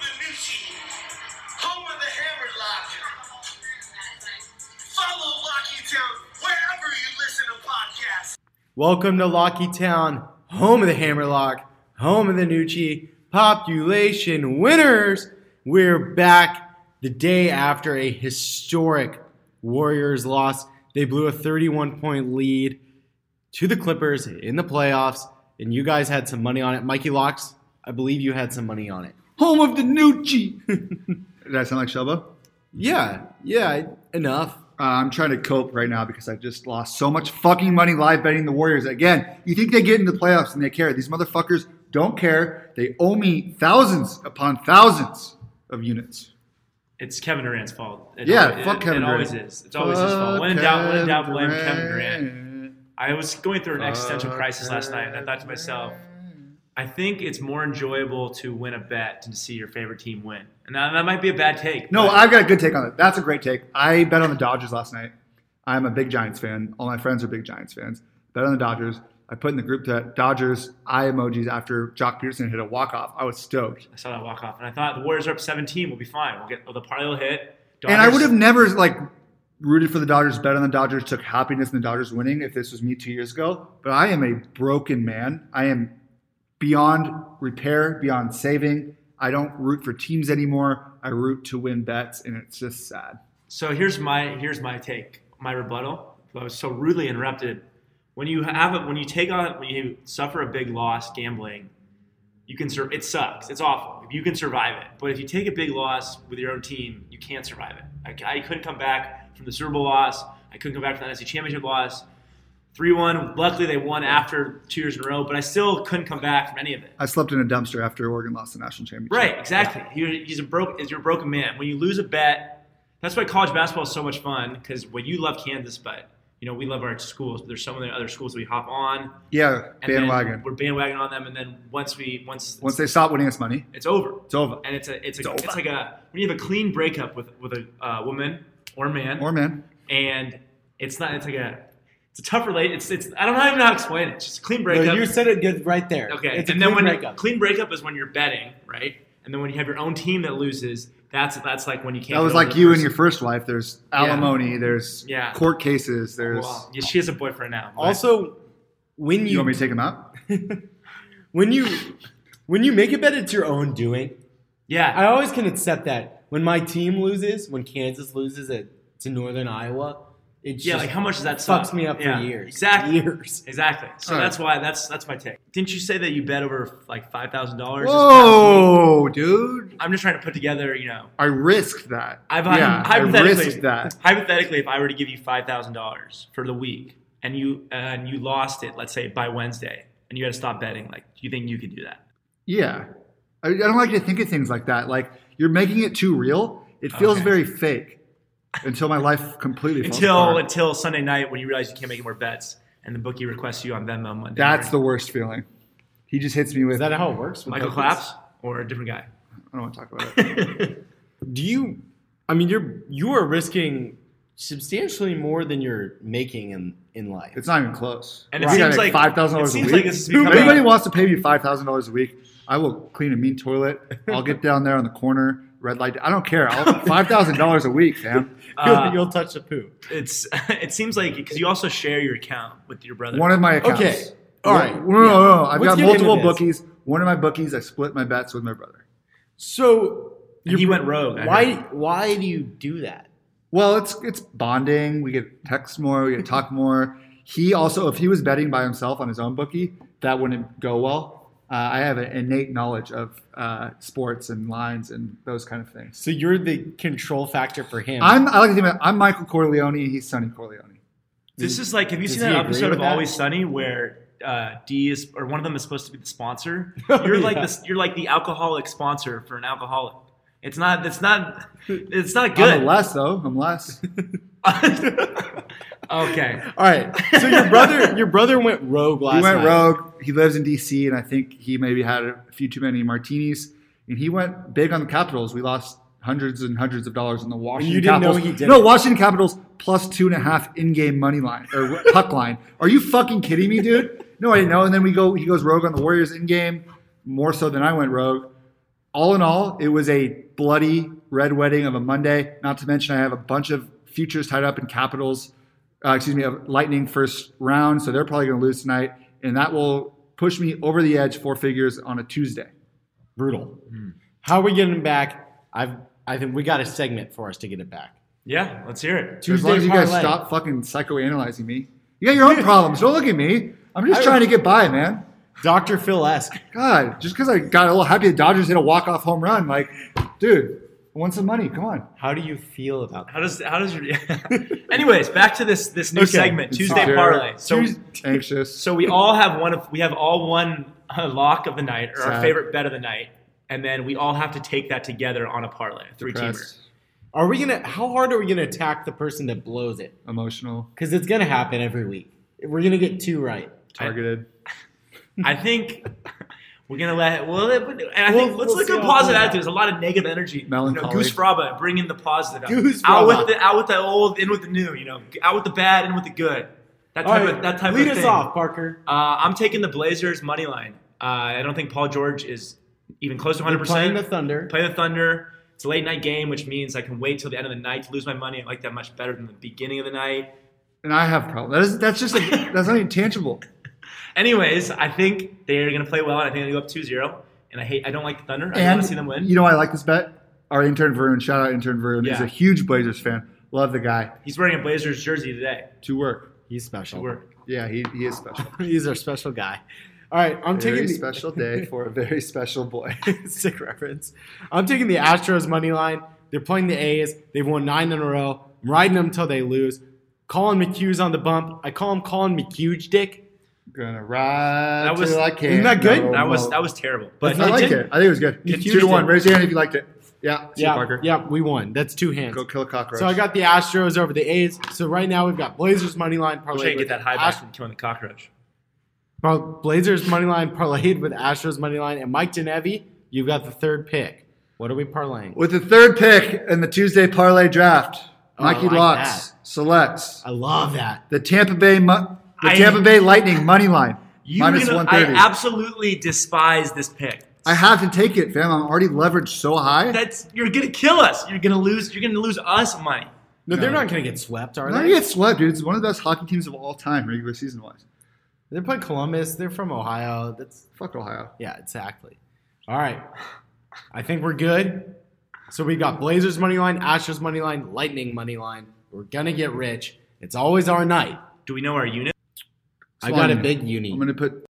Richie, home of the hammer locker. Follow Locky Town wherever you listen to podcasts. Welcome to Locky Town, home of the Hammerlock, home of the Nucci, population winners. We're back the day after a historic Warriors loss. They blew a 31 point lead to the Clippers in the playoffs, and you guys had some money on it. Mikey Locks, I believe you had some money on it. Home of the Nucci. Did I sound like Shelba? Yeah, yeah, enough. Uh, I'm trying to cope right now because I just lost so much fucking money live betting the Warriors. Again, you think they get into the playoffs and they care. These motherfuckers don't care. They owe me thousands upon thousands of units. It's Kevin Durant's fault. It Yeah, always, fuck it, Kevin It always Durant. is. It's always his fault. When in doubt, when in doubt, blame Kevin Durant. Durant. I was going through an existential crisis last night, and I thought to myself, I think it's more enjoyable to win a bet than to see your favorite team win. And that, that might be a bad take. No, but I've got a good take on it. That's a great take. I bet on the Dodgers last night. I'm a big Giants fan. All my friends are big Giants fans. Bet on the Dodgers. I put in the group that Dodgers eye emojis after Jock Peterson hit a walk off. I was stoked, I saw that walk off, and I thought the Warriors are up 17. We'll be fine. We'll get oh, the parlay will hit. and I Dodgers- would have never like rooted for the Dodgers. Bet on the Dodgers. Took happiness in the Dodgers winning if this was me two years ago. But I am a broken man. I am beyond repair, beyond saving. I don't root for teams anymore. I root to win bets, and it's just sad. So here's my here's my take, my rebuttal. I was so rudely interrupted. When you have it, when you take on, when you suffer a big loss gambling, you can sur- it sucks. It's awful. You can survive it, but if you take a big loss with your own team, you can't survive it. Like, I couldn't come back from the Super Bowl loss. I couldn't come back from the NFC Championship loss. Three one. Luckily, they won after two years in a row, but I still couldn't come back from any of it. I slept in a dumpster after Oregon lost the national championship. Right, exactly. You're, he's a broke. You're a broken man. When you lose a bet, that's why college basketball is so much fun. Because when you love Kansas, but you know we love our schools. But there's so many other schools we hop on Yeah, and then bandwagon. We're bandwagon on them, and then once we once Once they stop winning us money, it's over, it's over. and it's a it's a It's it's, like a when you have a clean breakup with with a uh, woman or man, Or man, and it's not it's like a it's a tough relate. It's it's I don't know even how to explain it. It's just a clean breakup. No, you said it good right there. Okay, It's a and then clean when breakup. clean breakup is when you're betting, right? And then when you have your own team that loses, that's that's like when you can't. that was get over like the you person. in your first life. There's alimony. There's Yeah. court cases. There's. Well, yeah, she has a boyfriend now. but- Also, when You want me you to take them out? when you when you make a bet, it's your own doing. I yeah, always can accept that when my team loses, when Kansas loses it to Northern Iowa, it yeah. just Like how much does that suck? fucks me up Yeah, for years. Exactly. Years. Exactly. So All right. that's why that's that's my take. Didn't you say that you bet over like five thousand dollars? Whoa, dude! I'm just trying to put together. You know, I risked that. I've yeah, I hypothetically- risked that. hypothetically, if I were to give you five thousand dollars for the week and you and you lost it, let's say by Wednesday, and you had to stop betting, like, do you think you could do that? Yeah, I, I don't like to think of things like that. Like you're making it too real. It feels Okay. very fake. Until my life completely falls until apart. until Sunday night when you realize you can't make any more bets and the bookie requests you on Venmo on Monday. That's morning. the worst feeling. He just hits me with. Is that how it works? with Michael cookies? Claps or a different guy. I don't want to talk about it. Do you? I mean, you're you are risking substantially more than you're making in in life. It's not even close. And it You gotta seems make like- five thousand it dollars a seems week. like this is If becoming- anybody wants to pay me five thousand dollars a week, I will clean a mean toilet. I'll get down there on the corner, red light. I don't care. I'll five thousand dollars a week, fam. Uh, you'll, you'll touch the poo. It's it seems like because you also share your account with your brother. One of my accounts. Okay. All right. No, no, no, no. I've Let's got get into multiple this. bookies. One of my bookies, I split my bets with my brother. So And he went rogue. I Why? heard. Why do you do that? Well, it's it's bonding. We get text more. We get to talk more. He also, if he was betting by himself on his own bookie, that wouldn't go well. Uh, I have an innate knowledge of uh, sports and lines and those kind of things. So you're the control factor for him. I'm I like to think about, I'm Michael Corleone and he's Sonny Corleone. this is like have you Does seen he that agree episode with of that? Always Sunny where uh, D is or one of them is supposed to be the sponsor? You're like Oh, yeah. this. You're like the alcoholic sponsor for an alcoholic. It's not. It's not. It's not good. I'm a less though. I'm less. okay. All right. So your brother, your brother went rogue last he went night. rogue. He lives in D.C. and I think he maybe had a few too many martinis. And he went big on the Capitals. We lost hundreds and hundreds of dollars on the Washington you didn't know Capitals. he did no, it. Washington Capitals plus two and a half in-game money line or puck line. Are you fucking kidding me, dude? No, I didn't know. And then we go. He goes rogue on the Warriors in-game more so than I went rogue. all in all, it was a bloody red wedding of a Monday. Not to mention, I have a bunch of futures tied up in Capitals. Uh, excuse me, of Lightning first round, so they're probably going to lose tonight, and that will push me over the edge four figures on a Tuesday. Brutal. Hmm. How are we getting him back? I've I think we got a segment for us to get it back. Yeah, let's hear it. as long as you guys parlay. stop fucking psychoanalyzing me, you got your own problems. Don't look at me. I'm just trying to get by, man. Dr. Phil esque. God, just because I got a little happy the Dodgers hit a walk off home run, like, dude, I want some money. Come on. How do you feel about that? How does how does your Anyways, back to this this new Okay. segment, Tuesday Sure. parlay. So Tues- anxious. so we all have one of we have all one uh, lock of the night or our Sad. favorite bet of the night, and then we all have to take that together on a parlay, three teamer. Depressed, Are we gonna? How hard are we gonna attack the person that blows it? emotional, Because it's gonna happen every week. We're gonna get two right. targeted. I think we're gonna let well, it- and I We'll- think let's we'll look see at how it positive plays out. attitude. There's a lot of negative energy. You Melancholy. know, Goose Fraba, bring in the positive. Goose out Fraba. with the out with the old, in with the new. You know, out with the bad, in with the good. That type of that type lead of us thing. off, Parker. Uh, I'm taking the Blazers money line. Uh, I don't think Paul George is even close to 100. We're playing percent the Thunder. Play the Thunder. It's a late night game, which means I can wait till the end of the night to lose my money. I like that much better than the beginning of the night. And I have problems. That is, that's just like, that's not even tangible. Anyways, I think they're gonna play well, and I think they go up 2-0. And I hate, I don't like the Thunder. I and want to see them win. You know, why I like this bet. Our intern Varun, shout out intern Varun. He's Yeah. a huge Blazers fan. Love the guy. He's wearing a Blazers jersey today. To work. He's special. We're- Yeah, he, he is special. He's our special guy. All right, I'm very taking the, special day for a very special boy. Sick reference. I'm taking the Astros money line. They're playing the A's. They've won nine in a row. I'm riding them till they lose. Colin McHugh's on the bump. I call him Colin McHugh Dick. Gonna ride That was- till I can. Isn't that good? That was that was terrible. But I it like did- it. I think it was good. It's two to one. Houston. Raise your hand if you liked it. Yeah. See you, yeah, Parker. yeah, we won. That's two hands. Go kill a cockroach. So I got the Astros over the A's. So right now we've got Blazers money line I wish parlay. I could get that high back from killing the cockroach. Blazers money line parlayed with Astros money line and Mike Denevi. You've got the third pick. What are we parlaying? with the third pick in the Tuesday parlay draft. Oh, I Mikey like Locks that. selects I love that. the Tampa Bay Mu- the I- Tampa Bay Lightning money line You minus gonna- one I thirty. absolutely despise this pick. I have to take it, fam. I'm already leveraged so high. That's you're gonna kill us. You're gonna lose. You're gonna lose us money. No, they're No. not going to get swept, are I'm not they? gonna get swept, dude. It's one of the best hockey teams of all time, regular season wise. They play Columbus. They're from Ohio. That's Fuck Ohio. yeah, exactly. All right, I think we're good. So we got Blazers money line, Astros money line, Lightning money line. We're gonna get rich. It's always our night. Do we know our unit? I got a Swan. big uni. I'm gonna put